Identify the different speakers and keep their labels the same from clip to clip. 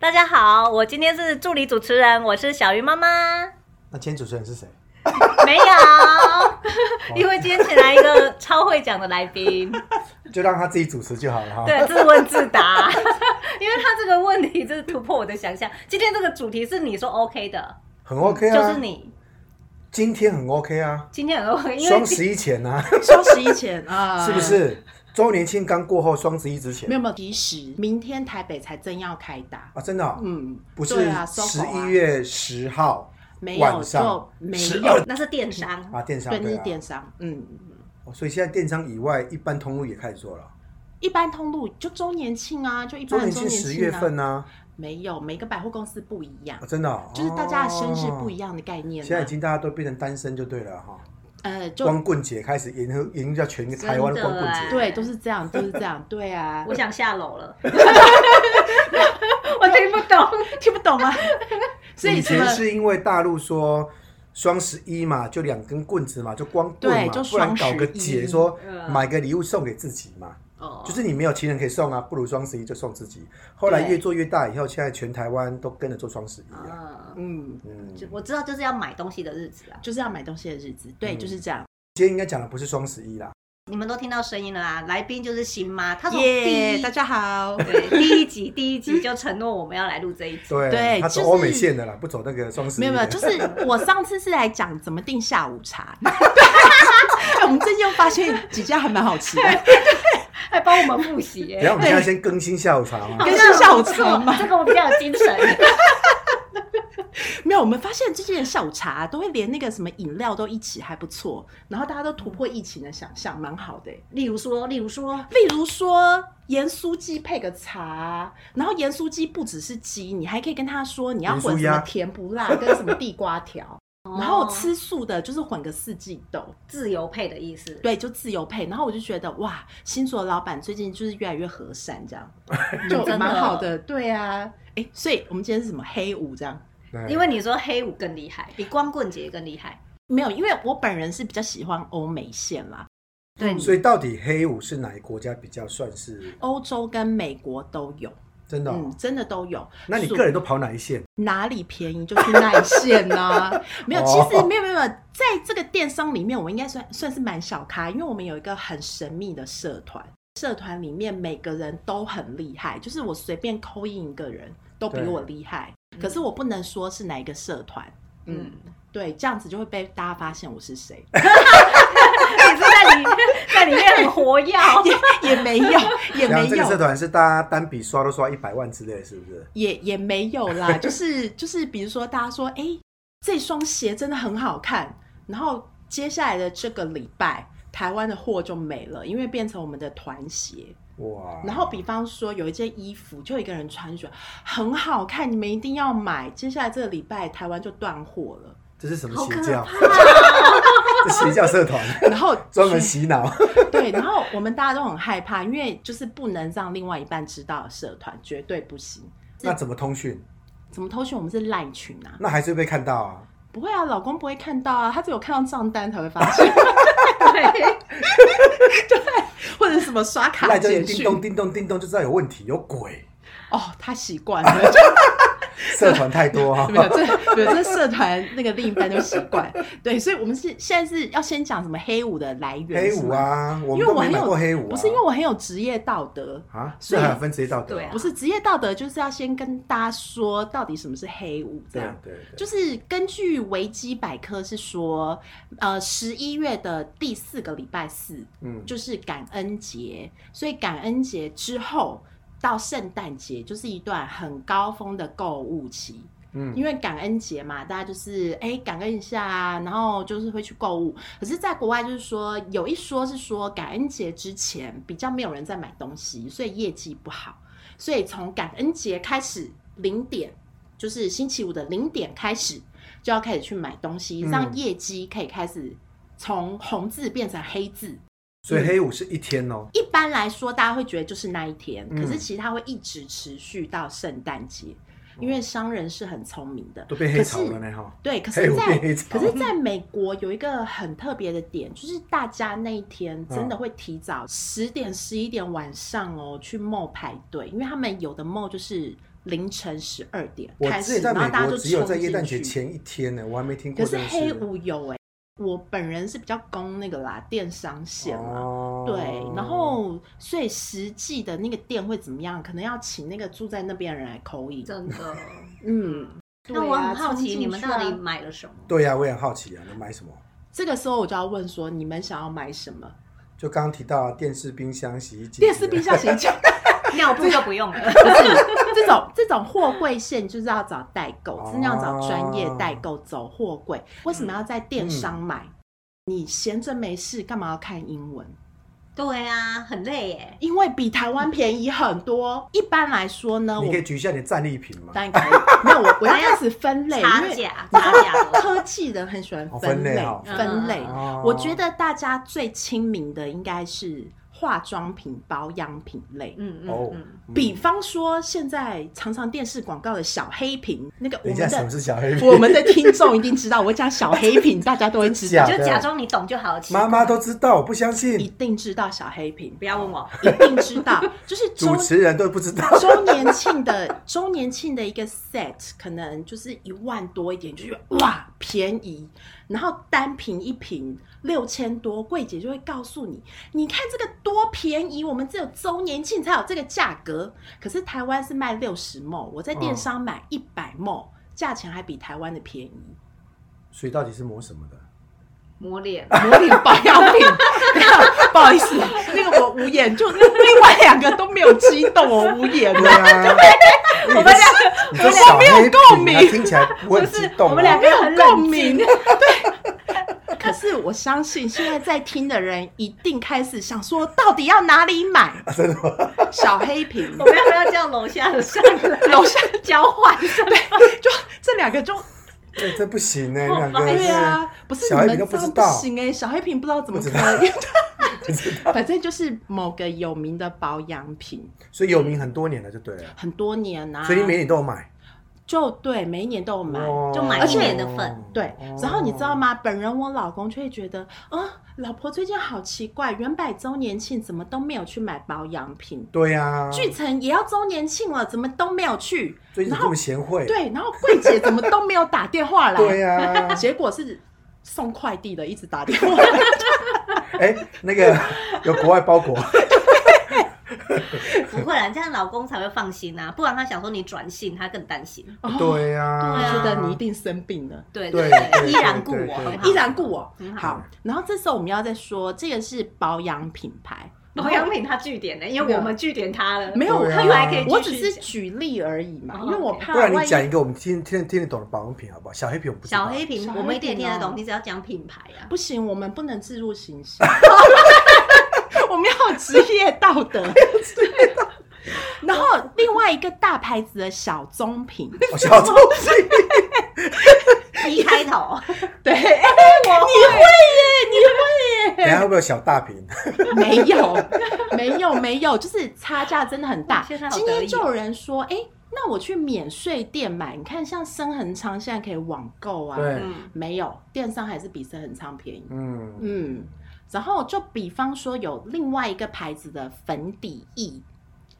Speaker 1: 大家好，我今天是助理主持人，我是小鱼妈 妈。
Speaker 2: 那今天主持人是谁？
Speaker 1: 没哦有，因为今天请来一个超会讲的来宾，
Speaker 2: 就让他自己主持就好了哈。
Speaker 1: 对，自问自答。 因为他这个问题就是突破我的想象。今天这个主题是你说 OK 的，
Speaker 2: 很 OK 啊，
Speaker 1: 就是你
Speaker 2: 今天很 OK 啊，
Speaker 1: 今天很 OK，因为
Speaker 2: 双十一前啊，
Speaker 3: 双十一 前啊，
Speaker 2: 是不？是？周年庆刚过后，双十一之前
Speaker 3: 没有没有，其实明天台北才真要开打。
Speaker 2: 啊，真的哦、
Speaker 3: 嗯，
Speaker 2: 不是
Speaker 3: 对啊，搜狗
Speaker 2: 十
Speaker 3: 啊
Speaker 2: 一月十号
Speaker 3: 没有
Speaker 2: 晚
Speaker 3: 就
Speaker 2: 上
Speaker 3: 没
Speaker 2: 12
Speaker 3: 有，
Speaker 1: 那是电商。
Speaker 2: 啊，电商
Speaker 3: 对，那
Speaker 2: 对
Speaker 3: 是
Speaker 2: 啊，
Speaker 3: 电商。嗯，
Speaker 2: 哦所以现在电商以外，一般通路也开始做了。
Speaker 3: 一般通路就周年庆啊，就一
Speaker 2: 周
Speaker 3: 般
Speaker 2: 年
Speaker 3: 的周
Speaker 2: 庆
Speaker 3: 年庆啊
Speaker 2: 十月份啊，
Speaker 3: 没有，每个百货公司不一样
Speaker 2: 啊，真的哦、
Speaker 3: 就是大家的生日不一
Speaker 2: 样。
Speaker 3: 样的概念啊。
Speaker 2: 现在已经大家都变成单身就对了哈，
Speaker 3: 呃，就
Speaker 2: 光棍节开始迎合迎叫全台湾的光棍
Speaker 1: 真
Speaker 2: 节，
Speaker 1: 的哎
Speaker 3: 对，都是这样，都是这样， 对啊。
Speaker 1: 我想下楼 了，我听不懂。
Speaker 3: 听不懂吗？啊所以
Speaker 2: 以
Speaker 3: 什么
Speaker 2: 前？是因为大陆说双十一嘛，就两根棍子嘛，就光棍
Speaker 3: 对
Speaker 2: 嘛，
Speaker 3: 就
Speaker 2: 不然
Speaker 3: 双十
Speaker 2: 搞
Speaker 3: 一
Speaker 2: 个节说
Speaker 1: 嗯
Speaker 2: 买个礼物送给自己嘛，
Speaker 3: 哦
Speaker 2: 就是你没有情人可以送啊，不如双十一就送自己。后来
Speaker 3: 对
Speaker 2: 越做越大以后，现在全台湾都跟着做双十一啊。
Speaker 1: 嗯，
Speaker 3: 嗯，
Speaker 2: 嗯，
Speaker 1: 就我知道就是要买东西的日子啊。
Speaker 3: 就是要买东西的日子，对，
Speaker 2: 嗯
Speaker 3: 就是这样。
Speaker 2: 今天应该讲的不是双十一啦，
Speaker 1: 你们都听到声音了啊！来宾就是新妈，她从第
Speaker 3: 耶，
Speaker 1: 一
Speaker 3: 大家好。
Speaker 1: 对第一集第一集就承诺我们要来录这一集。
Speaker 2: 对，
Speaker 3: 对
Speaker 2: 他走
Speaker 3: 就是
Speaker 2: 欧美线的啦，不走那个双十一
Speaker 3: 没
Speaker 2: 的。
Speaker 3: 有没有，就是我上次是来讲怎么订下 午茶。对，哎我们最近又发现几家还蛮好吃的，
Speaker 1: 还帮我们复习耶
Speaker 2: 等一下我们现在先更新下午茶嘛
Speaker 1: 好。
Speaker 3: 跟
Speaker 1: 像
Speaker 3: 上下午
Speaker 1: 不错
Speaker 3: 茶嘛
Speaker 1: 这个我比较有精神。
Speaker 3: 没有，我们发现最近的下午茶、都会连那个什么饮料都一起，还不错。然后大家都突破疫情的想象，蛮好的欸。
Speaker 1: 例如说，例如说，
Speaker 3: 例如说盐酥鸡配个茶，然后盐酥鸡不只是鸡，你还可以跟他说你要
Speaker 2: 盐
Speaker 3: 混
Speaker 2: 酥
Speaker 3: 什么
Speaker 2: 鸭
Speaker 3: 甜不辣跟什么地 瓜条，然后
Speaker 1: 哦
Speaker 3: 吃素的就是混个四季豆。
Speaker 1: 自由配的意思。
Speaker 3: 对，就自由配。然后我就觉得哇，新竹的老板最近就是越来越和善，这样就
Speaker 1: 真的
Speaker 3: 蛮好的。对啊，哎，所以我们今天是什么黑五这样？
Speaker 2: 对
Speaker 1: 因为你说黑五更厉害，比光棍节更厉害。
Speaker 3: 没有，因为我本人是比较喜欢欧美线啦，
Speaker 1: 对，
Speaker 2: 所以到底黑五是哪一个国家比较算是
Speaker 3: 欧洲跟美国都有，
Speaker 2: 真的哦？
Speaker 3: 嗯，真的都有。
Speaker 2: 那你
Speaker 3: 所
Speaker 2: 个人都跑哪一线？
Speaker 3: 哪里便宜就去那一线呐、
Speaker 1: 啊
Speaker 3: 没有，其实
Speaker 2: 哦
Speaker 3: 没有没有，没有，在这个电商里面，我应该算算是蛮小咖，因为我们有一个很神秘的社团，社团里面每个人都很厉害，就是我随便扣印一个人都比
Speaker 2: 对
Speaker 3: 我厉害，
Speaker 2: 嗯
Speaker 3: 可是我不能说是哪一个社团，嗯，对，这样子就会被大家发现我 是谁，
Speaker 1: 你哎是在 里在里面很活跃。
Speaker 3: 也也没有，也
Speaker 2: 然
Speaker 3: 没
Speaker 2: 后这个社
Speaker 3: 有。
Speaker 2: 团是大家单笔刷都刷一百万之类，是不是？
Speaker 3: 也也没有啦，就是就是，比如说大家说，哎、这双鞋真的很好看，然后接下来的这个礼拜，台湾的货就没了，因为变成我们的团鞋。
Speaker 2: 哇！
Speaker 3: 然后比方说有一件衣服，就有一个人穿着很好看，你们一定要买。接下来这个礼拜台湾就断货了，
Speaker 2: 这是什么
Speaker 1: 好
Speaker 2: 邪
Speaker 1: 可
Speaker 2: 教？
Speaker 1: 怕！
Speaker 2: 这邪教社团
Speaker 3: 然后
Speaker 2: 专门洗脑。
Speaker 3: 对，然后我们大家都很害怕，因为就是不能让另外一半知道的社团绝对不行。
Speaker 2: 那怎么通讯？
Speaker 3: 怎么偷学？我们是烂群啊。
Speaker 2: 那还是会被看到啊！
Speaker 3: 不会啊，老公不会看到啊，他只有看到账单才会发现，
Speaker 1: 对，
Speaker 3: 或者什么刷卡
Speaker 2: 赖就
Speaker 3: 简
Speaker 2: 叮
Speaker 3: 讯。
Speaker 2: 咚叮咚叮咚，就知道有问题，有鬼！
Speaker 3: 哦，他习惯了，就
Speaker 2: 社团太多啊 哈、
Speaker 3: 没有这没有这社团那个另一半就习惯。对，所以我们是现在是要先讲什么黑五的来源？
Speaker 2: 黑
Speaker 3: 是
Speaker 2: 五
Speaker 3: 吗，
Speaker 2: 啊，我
Speaker 3: 因
Speaker 2: 们
Speaker 3: 为
Speaker 2: 都
Speaker 3: 我
Speaker 2: 没
Speaker 3: 很
Speaker 2: 买
Speaker 3: 有
Speaker 2: 过黑五、啊，
Speaker 3: 不是因为我很有职业道德。
Speaker 2: 啊，
Speaker 3: 所
Speaker 2: 这
Speaker 3: 以
Speaker 2: 还有分职业道德、
Speaker 1: 对啊
Speaker 3: 不是职业道德，就是要先跟大家说到底什么是黑五，这
Speaker 2: 对
Speaker 3: 样
Speaker 2: 啊对对，
Speaker 3: 就是根据维基百科是说，呃，十一月的第四个礼拜四
Speaker 2: 嗯，
Speaker 3: 就是感恩节，所以感恩节之后到圣诞节就是一段很高峰的购物期。
Speaker 2: 嗯
Speaker 3: 因为感恩节嘛，大家就是哎、感恩一下啊，然后就是会去购物。可是，在国外就是说，有一说是说感恩节之前比较没有人在买东西，所以业绩不好。所以从感恩节开始零点，就是星期五的零点开始就要开始去买东西，
Speaker 2: 嗯
Speaker 3: 让业绩可以开始从红字变成黑字。
Speaker 2: 所以黑五是一天哦，
Speaker 3: 一般来说，大家会觉得就是那一天，
Speaker 2: 嗯
Speaker 3: 可是其实它会一直持续到圣诞节，因为商人是很聪明的，
Speaker 2: 哦都被黑
Speaker 3: 可
Speaker 2: 潮
Speaker 3: 是
Speaker 2: 了呢哈。
Speaker 3: 对，可
Speaker 2: 黑
Speaker 3: 是
Speaker 2: 五
Speaker 3: 在
Speaker 2: 变黑潮
Speaker 3: 可是在美国有一个很特别的点，就是大家那一天
Speaker 2: 嗯
Speaker 3: 真的会提早十点、十一点晚上哦去 mall 排队，因为他们有的 mall 就是。凌晨十二点
Speaker 2: 我
Speaker 3: 开
Speaker 2: 自
Speaker 3: 始，
Speaker 2: 己在
Speaker 3: 然后
Speaker 2: 美
Speaker 3: 大家
Speaker 2: 国
Speaker 3: 就
Speaker 2: 只有
Speaker 3: 冲
Speaker 2: 在耶诞节
Speaker 3: 进去。
Speaker 2: 前一天呢，我还没听
Speaker 3: 可
Speaker 2: 过
Speaker 3: 是
Speaker 2: 这件事。
Speaker 3: 黑五有哎、我本人是比较攻那个啦，电商线嘛。
Speaker 2: 哦
Speaker 3: 啊对，然后所以实际的那个店会怎么样？可能要请那个住在那边的人来口音。
Speaker 1: 真的。
Speaker 3: 嗯，
Speaker 1: 那我很好
Speaker 3: 对啊
Speaker 1: 奇，你们到底
Speaker 3: 冲进去啊
Speaker 1: 买了什么？
Speaker 2: 对呀、我也很好奇啊，能买什么？
Speaker 3: 这个时候我就要问说，你们想要买什么？
Speaker 2: 就刚刚提到电视、冰箱、洗衣机、
Speaker 3: 电视、冰箱、洗衣 机，
Speaker 1: 尿布就不用了。
Speaker 3: 不是这种这种货柜线就是要找代购，真的要
Speaker 1: 哦
Speaker 3: 找专业代购走货柜。为
Speaker 1: 嗯
Speaker 3: 什么要在电商买？你闲着没事干嘛要看英文？
Speaker 1: 对啊，很累耶。
Speaker 3: 因为比台湾便宜很多。一般来说呢，
Speaker 2: 你
Speaker 3: 我
Speaker 2: 可以举一下你的战利品吗？
Speaker 3: 当然可以，没有我我要开始分 类，因
Speaker 1: 差
Speaker 3: 为
Speaker 1: 价，差价了。
Speaker 3: 科技人很喜欢
Speaker 2: 哦
Speaker 3: 分
Speaker 2: 分类
Speaker 3: 类
Speaker 2: 哦，
Speaker 3: 分类。
Speaker 2: 哦
Speaker 3: 我觉得大家最亲民的应该是化妆品、保养品类。
Speaker 1: 嗯
Speaker 2: 哦
Speaker 1: 嗯嗯，，
Speaker 2: 嗯
Speaker 3: 比方说，现在常常电视广告的小黑瓶，那个我
Speaker 2: 等一
Speaker 3: 们
Speaker 2: 下什么
Speaker 3: 的
Speaker 2: 是小黑 瓶？
Speaker 3: 我们的听众一定知道，我讲小 黑瓶，大家都会知
Speaker 2: 假
Speaker 3: 道，
Speaker 2: 的
Speaker 1: 就假装你懂就好。奇怪
Speaker 2: 妈妈都知道，我不相
Speaker 3: 一
Speaker 2: 信，
Speaker 3: 定知道小黑瓶，
Speaker 1: 不要问我。
Speaker 3: 一定知道，就是周
Speaker 2: 主持人都不知 道。
Speaker 3: 周年庆的周年庆的一个 set 可能就是一万多一点，就觉得哇便宜，然后单瓶一瓶六千多，柜姐就会告诉你，你看这个多便宜，我们只有周年庆才有这个价格。可是台湾是卖六十毛，我在电商买一百毛，价钱还比台湾的便宜。
Speaker 2: 所以到底是磨什么 的？
Speaker 1: 抹脸，
Speaker 3: 魔力保养品，不好意思，那个我无眼，就另外两个都没有激动，我无言
Speaker 2: 对
Speaker 3: 了。
Speaker 2: 啊，我们俩你这小黑瓶啊，听起来不会很激动啊。
Speaker 1: 我们两个
Speaker 3: 没有
Speaker 1: 很
Speaker 3: 共
Speaker 1: 冷
Speaker 3: 鸣。
Speaker 1: 静。
Speaker 3: 对， 可是我相信现在在听的人一定开始想说，到底要哪里买？
Speaker 2: 啊
Speaker 3: 真的小黑瓶
Speaker 1: 我，们要不要叫楼下的上来
Speaker 3: 楼下
Speaker 1: 交换？
Speaker 3: 就这两 个就
Speaker 2: 这这不行呢，两个
Speaker 3: 对
Speaker 2: 是
Speaker 3: 啊，不是
Speaker 2: 小黑
Speaker 3: 你
Speaker 2: 瓶都
Speaker 3: 们
Speaker 2: 不
Speaker 3: 这样
Speaker 2: 知
Speaker 3: 不
Speaker 2: 道
Speaker 3: 行哎、小黑瓶不知道怎么
Speaker 2: 不
Speaker 3: 可
Speaker 2: 知道
Speaker 3: 以。反正就是某个有名的保养品，
Speaker 2: 所以有名很多年了，就对了。
Speaker 3: 很多年啊，
Speaker 2: 所以你每年都有买，
Speaker 3: 就对每一年都有买，
Speaker 2: 哦
Speaker 1: 就买
Speaker 3: 一
Speaker 1: 年的份
Speaker 3: 对，然后你知道？吗？本人我老公却会觉得，啊、老婆最近好奇怪，原百周年庆怎么都没有去买保养品，
Speaker 2: 对呀，
Speaker 3: 巨城也要周年庆了，怎么都没有去？
Speaker 2: 最近
Speaker 3: 然
Speaker 2: 这
Speaker 3: 后
Speaker 2: 么贤惠，
Speaker 3: 对，然后柜姐怎么都没有打电话来？
Speaker 2: 对 呀，
Speaker 3: 结果是送快递的一直打 电话来，
Speaker 2: 哎，那个有国外 包裹，
Speaker 1: 不会啊啦，这样老公才会放心啊，不然他想说你转信，他更担心。
Speaker 3: 哦，
Speaker 2: 对呀，
Speaker 1: 对啊
Speaker 3: 觉得你一定生病了。
Speaker 1: 对
Speaker 2: 对对
Speaker 1: 依然顾
Speaker 2: 对
Speaker 1: 我，
Speaker 2: 对
Speaker 1: 很好
Speaker 3: 依。然顾我
Speaker 2: 嗯
Speaker 1: 很好
Speaker 3: 好，然后这时候我们要再说，这个是保养品牌，
Speaker 1: 保养品他据点呢，因为我们据点他了。
Speaker 3: 没有，
Speaker 2: 对啊
Speaker 1: 他原来可以继续
Speaker 3: 我只是
Speaker 1: 讲
Speaker 3: 举例而已嘛，
Speaker 1: 哦
Speaker 3: 因为我
Speaker 1: OK
Speaker 3: 怕
Speaker 2: 不然
Speaker 3: 万
Speaker 2: 你
Speaker 3: 一
Speaker 2: 讲一个我们听听听得懂的保养品好不好？小黑瓶我不知道。
Speaker 1: 小黑瓶
Speaker 3: 小，黑
Speaker 1: 我们一定也
Speaker 3: 瓶
Speaker 1: 听得
Speaker 3: 哦
Speaker 1: 懂，你只要讲品牌啊。
Speaker 3: 不行，我们不能自入形 象， 我们要有职业道 德。 然后另外一个大牌子的小棕瓶，
Speaker 2: 哦小棕瓶，
Speaker 1: 一开 头，
Speaker 3: 对，
Speaker 2: 哎
Speaker 3: 哎你会耶，
Speaker 2: 等一下会不会哎有小大瓶？
Speaker 3: 你会耶，没有，没有，没有，就是差价真的很大。
Speaker 1: 现在好得
Speaker 3: 今
Speaker 1: 意哦
Speaker 3: 天就有人说，哎、那我去免税店买，你看像生恒昌现在可以网购啊，
Speaker 2: 对
Speaker 1: 嗯，
Speaker 3: 没有，电商还是比生恒昌便宜。
Speaker 2: 嗯，
Speaker 3: 嗯，然后就比方说有另外一个牌子的粉底液，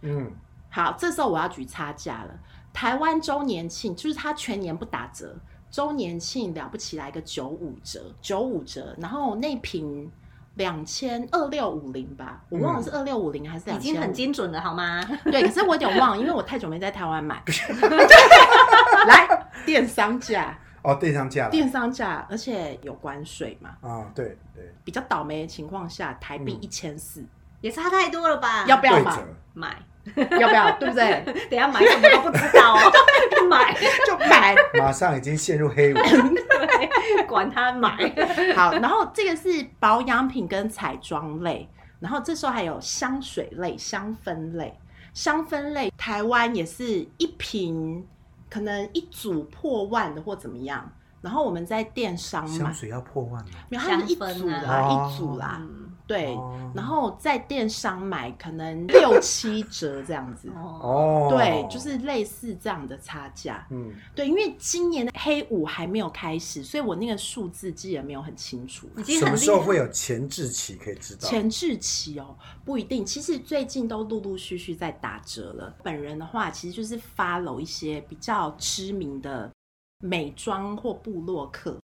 Speaker 2: 嗯，
Speaker 3: 好，这时候我要举差价了。台湾周年庆就是它全年不打折，周年庆了不起来个九五折，九五折，然后那瓶两千二六五零吧，我忘了是二六五零还是
Speaker 1: 已
Speaker 3: 两
Speaker 1: 经
Speaker 3: 千
Speaker 1: 很精准了，好吗？
Speaker 3: 对，可是我有点忘了，因为我太久没在台湾买。来，电商价，
Speaker 2: 哦，电商价了
Speaker 3: 电商价，而且有关税嘛。
Speaker 2: 啊，对对，
Speaker 3: 比较倒霉的情况下，台币
Speaker 2: 嗯
Speaker 3: 一千四，
Speaker 1: 也差太多了吧？
Speaker 3: 要不要
Speaker 2: 对
Speaker 3: 买？
Speaker 2: 折，
Speaker 1: 买？
Speaker 3: 要不要？对 不对？
Speaker 1: 等一下买什么都不知道 哦， 买，
Speaker 3: 就买。
Speaker 2: 马上已经陷入 黑五。
Speaker 1: 对，管他买。
Speaker 3: 好，然后这个是保养品跟彩妆类，然后这时候还有香水类、香氛类。香氛类台湾也是一瓶，可能一组破万的或怎么样。然后我们在电商买
Speaker 2: 香，水要破万吗？
Speaker 3: 没有，它是一
Speaker 1: 香
Speaker 3: 组
Speaker 1: 氛啊
Speaker 3: 啦，
Speaker 2: 哦
Speaker 3: 一组啦，
Speaker 1: 嗯，
Speaker 3: 对。
Speaker 2: 哦
Speaker 3: 然后在电商买可能六七折这样子
Speaker 1: 哦，
Speaker 2: 哦，
Speaker 3: 对，就是类似这样的差价。
Speaker 2: 嗯，
Speaker 3: 对，因为今年的黑五还没有开始，所以我那个数字记得没有很清楚。
Speaker 1: 已经
Speaker 2: 什
Speaker 1: 很
Speaker 2: 么
Speaker 1: 厉
Speaker 2: 时候
Speaker 1: 害。
Speaker 2: 会有前置期可以知道？
Speaker 3: 前置期哦，不一定。其实最近都陆陆续续在打折了。本人的话，其实就是 follow 一些比较知名的美妆或部落客，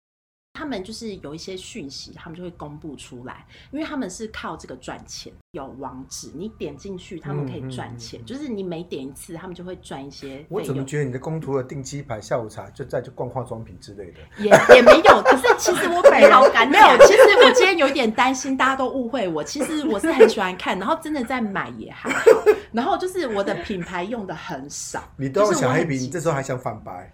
Speaker 3: 他们就是有一些讯息，他们就会公布出来，因为他们是靠这个赚钱。有网址，你点进去，他们可以赚钱，
Speaker 2: 嗯嗯嗯
Speaker 3: 就是你每点一次，他们就会赚一些费
Speaker 2: 我怎么
Speaker 3: 用。
Speaker 2: 觉得你的工图的定期牌下午茶就在去逛化妆品之类的？
Speaker 3: 也也没有，可是其实我本人
Speaker 1: 好敢
Speaker 3: 没
Speaker 1: 讲
Speaker 3: 有。其实我今天有点担心，大家都误会我。其实我是很喜欢看，然后真的在买也还好，然后就是我的品牌用的很少。
Speaker 2: 你都要
Speaker 3: 就是我
Speaker 2: 小黑
Speaker 3: 很
Speaker 2: 笔，
Speaker 3: 急
Speaker 2: 你这时候还想反白？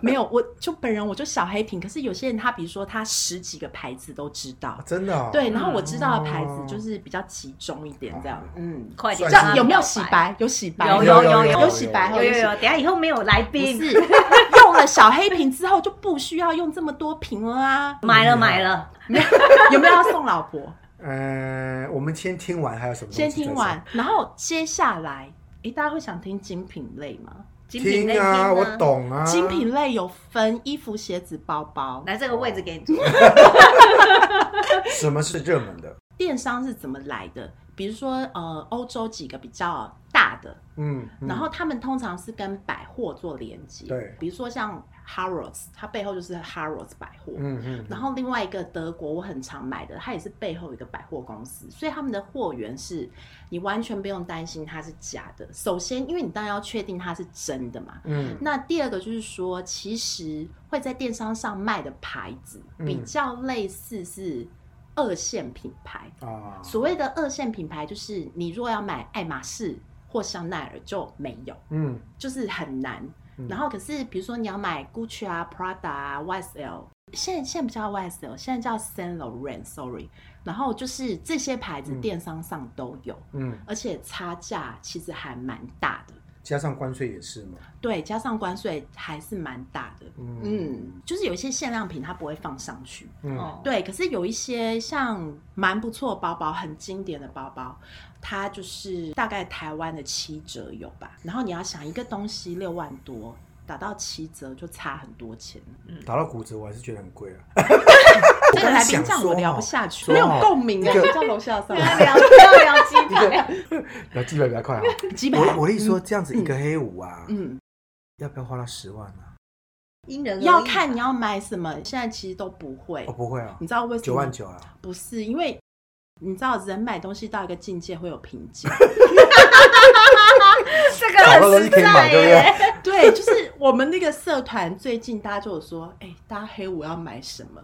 Speaker 3: 没有，我就本人我就小黑瓶。可是有些人他比如说他十几个牌子都知道
Speaker 2: 啊，真的哦？
Speaker 3: 对，然后我知道的牌子就是比较集中一点这样，嗯。
Speaker 1: 快点
Speaker 3: 这样
Speaker 1: 让
Speaker 3: 有没有
Speaker 1: 他
Speaker 3: 洗
Speaker 1: 表白？
Speaker 3: 白？有洗白，
Speaker 1: 有
Speaker 2: 有
Speaker 1: 有
Speaker 2: 有
Speaker 3: 有洗白，
Speaker 1: 有有有，等一下以后没有来
Speaker 3: 不
Speaker 1: 宾，
Speaker 3: 是用了小黑瓶之后就不需要用这么多瓶了啊？
Speaker 1: 买了买了，
Speaker 3: 有没有要送老婆？
Speaker 2: 呃，我们先听完还有什么？
Speaker 3: 先听完，，然后接下来，诶，大家会想听精品类吗？
Speaker 1: 精品类
Speaker 2: 听啊，
Speaker 1: 听
Speaker 2: 我。懂啊，
Speaker 3: 精品类有分衣服、鞋子、包包，
Speaker 1: 来这个位置给你坐，
Speaker 2: 什么是热门的？
Speaker 3: 电商是怎么来的？比如说，呃，欧洲几个比较大的，
Speaker 2: 嗯，嗯
Speaker 3: 然后他们通常是跟百货做连接，
Speaker 2: 对
Speaker 3: 比如说像 Harrods，它背后就是 Harrods 百货，
Speaker 2: 嗯嗯，
Speaker 3: 然后另外一个德国我很常买的，它也是背后一个百货公司，所以他们的货源是你完全不用担心它是假的。首先，因为你当然要确定它是真的嘛。
Speaker 2: 嗯
Speaker 3: 那第二个就是说，其实会在电商上卖的牌子
Speaker 2: 嗯
Speaker 3: 比较类似是二线品牌。
Speaker 2: 啊，
Speaker 3: 所谓的二线品牌，就是你如果要买爱马仕或香奈儿就没有。
Speaker 2: 嗯
Speaker 3: 就是很难。
Speaker 2: 嗯
Speaker 3: 然后可是比如说你要买 Gucci 啊、Prada 啊、YSL，现在现在不叫 YSL，现在叫 Saint Laurent，sorry。然后就是这些牌子
Speaker 2: 嗯
Speaker 3: 电商上都有，
Speaker 2: 嗯，
Speaker 3: 而且差价其实还蛮大的。
Speaker 2: 加上关税也是嘛，
Speaker 3: 对，加上关税还是蛮大的。嗯，就是有一些限量品它不会放上去，
Speaker 2: 嗯，
Speaker 1: 哦，
Speaker 3: 对，可是有一些像蛮不错的包包，很经典的包包，它就是大概台湾的七折有吧。然后你要想一个东西六万多，打到七折就差很多钱。
Speaker 2: 打到骨折我还是觉得很贵 啊。
Speaker 3: 这个
Speaker 2: 刚
Speaker 3: 来
Speaker 2: 才想
Speaker 3: 宾这样我
Speaker 2: 说
Speaker 3: 聊
Speaker 2: 哦
Speaker 3: 不下去，
Speaker 2: 说
Speaker 3: 没有
Speaker 2: 哦
Speaker 3: 共鸣啊
Speaker 2: 一个！
Speaker 3: 叫楼下上
Speaker 1: 不要聊不要聊鸡
Speaker 2: 一个
Speaker 1: 排，
Speaker 2: 那基本比较 快啊。
Speaker 3: 几百，
Speaker 2: 我我跟你说，这样子一个黑五啊，
Speaker 3: 嗯，
Speaker 2: 要不要花到十万啊？
Speaker 1: 因人而异
Speaker 3: 要看你要买什么，现在其实都不会
Speaker 2: 嗯哦，。不会啊
Speaker 3: 你，知道为什么？
Speaker 2: 九万九啊，
Speaker 3: 不是因为。你知道人买东西到一个境界会有瓶颈，
Speaker 1: 这个
Speaker 2: 找到
Speaker 1: 很
Speaker 2: 东
Speaker 1: 实
Speaker 2: 西可以
Speaker 1: 在
Speaker 2: 买对不
Speaker 1: 耶，
Speaker 2: 对？
Speaker 3: 对，就是我们那个社团最近大家就有说，哎、大家黑我要买什么？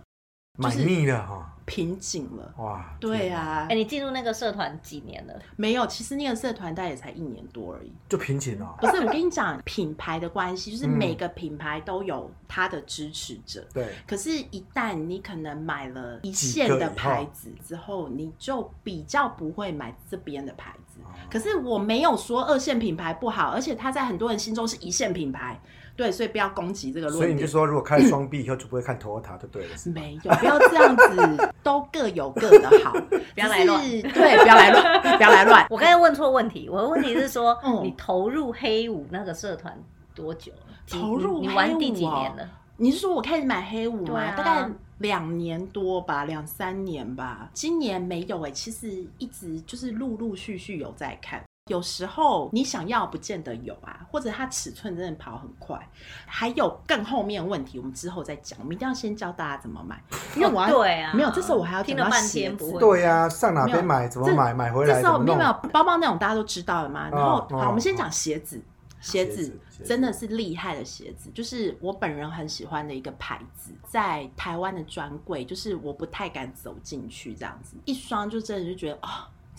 Speaker 2: 买腻了哈，
Speaker 3: 瓶颈了。
Speaker 2: 哇，
Speaker 3: 对
Speaker 2: 天哪，
Speaker 3: 啊
Speaker 1: 哎，，你进入那个社团几年了？
Speaker 3: 没有，其实那个社团大概也才一年多而已。
Speaker 2: 就哦瓶颈了。
Speaker 3: 不是，我跟你讲，品牌的关系，就是
Speaker 2: 嗯
Speaker 3: 每个品牌都有它的支持者。
Speaker 2: 对，
Speaker 3: 可是，一旦你可能买了一线的牌子之后，你就比较不会买这边的牌子
Speaker 2: 哦。
Speaker 3: 可是我没有说二线品牌不好，而且它在很多人心中是一线品牌。对，所以不要攻击这个
Speaker 2: 所以
Speaker 3: 论
Speaker 2: 你就
Speaker 3: 点。
Speaker 2: 说，如果开了双臂以后就不会看头 o 塔就对了，是吧？
Speaker 3: 没有，不要这样子，都各有各的 好，不
Speaker 1: 要来乱
Speaker 3: 对，不要来乱，不要 来乱。，
Speaker 1: 我刚才问错问题，我的问题是说
Speaker 3: 嗯
Speaker 1: 你投入黑五那个社团多久了？几
Speaker 3: 投入
Speaker 1: 你
Speaker 3: 黑
Speaker 1: 你
Speaker 3: 五
Speaker 1: 玩第几
Speaker 3: 哦
Speaker 1: 年了？
Speaker 3: 你是说我开始买黑五吗？
Speaker 1: 对啊
Speaker 3: 大概两年多吧，两三年吧。今年没有哎、其实一直就是陆陆续续有在看。有时候你想要不见得有啊，或者它尺寸真的跑很快，还有更后面的问题，我们之后再讲。我们一定要先教大家怎么买，因为我要、
Speaker 1: 哦对啊
Speaker 3: 没有，这时候我还要
Speaker 1: 听
Speaker 3: 讲
Speaker 1: 了
Speaker 3: 到
Speaker 1: 半
Speaker 3: 鞋
Speaker 1: 天
Speaker 3: 子
Speaker 1: 不会
Speaker 2: 对啊呀，上哪
Speaker 3: 没
Speaker 2: 边
Speaker 3: 有
Speaker 2: 买，怎么
Speaker 3: 这
Speaker 2: 买，买回
Speaker 3: 这
Speaker 2: 来
Speaker 3: 时
Speaker 2: 怎
Speaker 3: 候
Speaker 2: 么
Speaker 3: 没有
Speaker 2: 弄
Speaker 3: 没？有包包那种大家都知道了嘛。然后、
Speaker 2: 哦
Speaker 3: 好，我们先
Speaker 2: 哦
Speaker 3: 讲鞋子，鞋
Speaker 2: 鞋
Speaker 3: 子
Speaker 2: 子鞋
Speaker 3: 真的
Speaker 2: 子
Speaker 3: 是厉害的鞋子，就是我本人很喜欢的一个牌子，在台湾的专柜，就是我不太敢走进去这样子，一双就真的就觉得哦。